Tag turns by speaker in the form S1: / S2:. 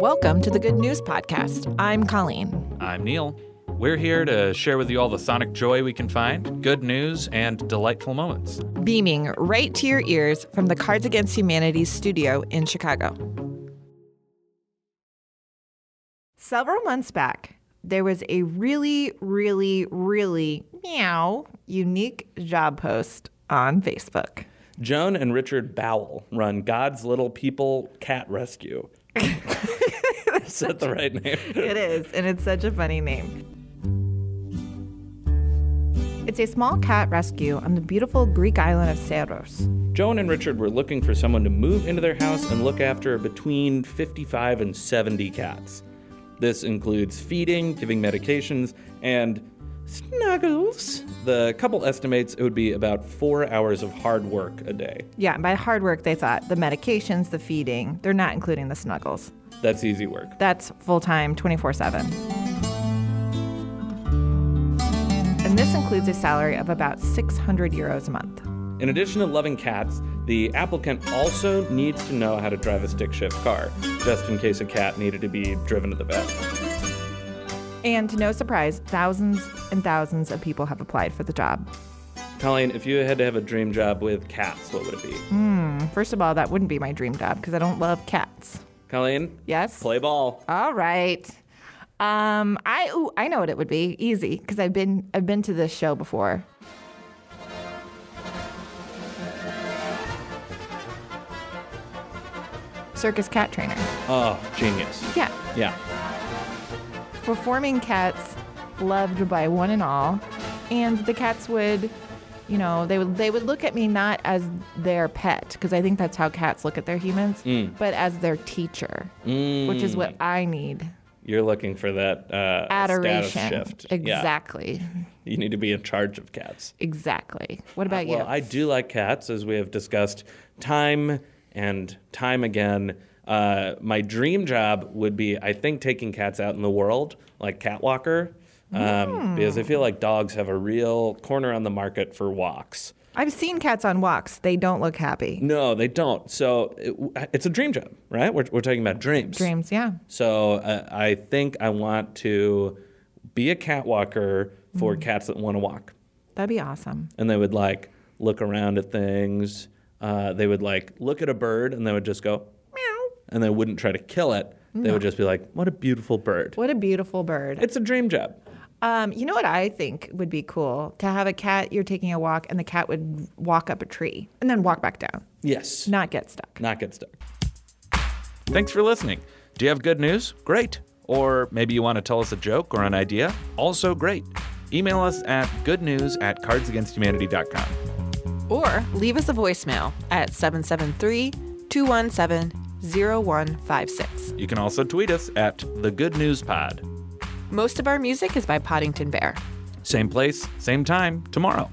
S1: Welcome to the Good News Podcast. I'm Colleen.
S2: I'm Neil. We're here to share with you all the sonic joy we can find, good news, and delightful moments.
S1: beaming right to your ears from the Cards Against Humanity studio in Chicago. Several months back, there was a really, really, really meow unique job post on Facebook.
S3: Joan and Richard Bowell run God's Little People Cat Rescue. Is that the right name?
S1: It is, and it's such a funny name. It's a small cat rescue on the beautiful Greek island of Saros.
S3: Joan and Richard were looking for someone to move into their house and look after between 55 and 70 cats. This includes feeding, giving medications, and snuggles. The couple estimates it would be about four hours of hard work a day.
S1: Yeah, and by hard work, they thought the medications, the feeding, they're not including the snuggles.
S3: That's easy work.
S1: That's full time, 24 7. And this includes a salary of about 600 euros a month.
S3: In addition to loving cats, the applicant also needs to know how to drive a stick shift car, just in case a cat needed to be driven to the vet.
S1: And to no surprise, thousands and thousands of people have applied for the job.
S3: Colleen, if you had to have a dream job with cats, what would it be?
S1: First of all, that wouldn't be my dream job because I don't love cats.
S3: Colleen?
S1: Yes?
S3: Play ball.
S1: All right. Um, I ooh, I know what it would be. Easy, because I've been I've been to this show before. Circus cat trainer.
S3: Oh, genius.
S1: Yeah.
S3: Yeah.
S1: Performing cats loved by one and all. And the cats would, you know, they would they would look at me not as their pet, because I think that's how cats look at their humans, but as their teacher. Which is what I need.
S3: You're looking for that uh,
S1: adoration.
S3: status shift. Yeah.
S1: Exactly.
S3: You need to be in charge of cats.
S1: Exactly. What about you?
S3: Well, I do like cats, as we have discussed time and time again. Uh, my dream job would be, I think, taking cats out in the world, like cat walker, um, because I feel
S1: Hmm.
S3: like dogs have a real corner on the market for walks.
S1: I've seen cats on walks. They don't look happy.
S3: No, they don't. So it, it's a dream job, right? We're, we're talking about dreams.
S1: Dreams, yeah.
S3: So uh, I think I want to be a cat walker
S1: Hmm.
S3: for cats that want to walk.
S1: That'd be awesome.
S3: and they would like look around at things. Uh, they would like look at a bird and they would just go meow, and they wouldn't try to kill it. They would just be like, "What a beautiful bird!
S1: What a beautiful bird.
S3: It's a dream job."
S1: Um, you know what I think would be cool? To have a cat, you're taking a walk, and the cat would walk up a tree and then walk back down,
S3: Yes,
S1: not get stuck.
S3: not get stuck.
S2: Thanks for listening. Do you have good news? Great. Or maybe you want to tell us a joke or an idea? Also great. Email us at goodnews at cardsagainsthumanity.com.
S4: or leave us a voicemail at 773 217 0156.
S2: You can also tweet us at the Good News Pod.
S4: Most of our music is by Poddington Bear.
S2: Same place, same time, tomorrow.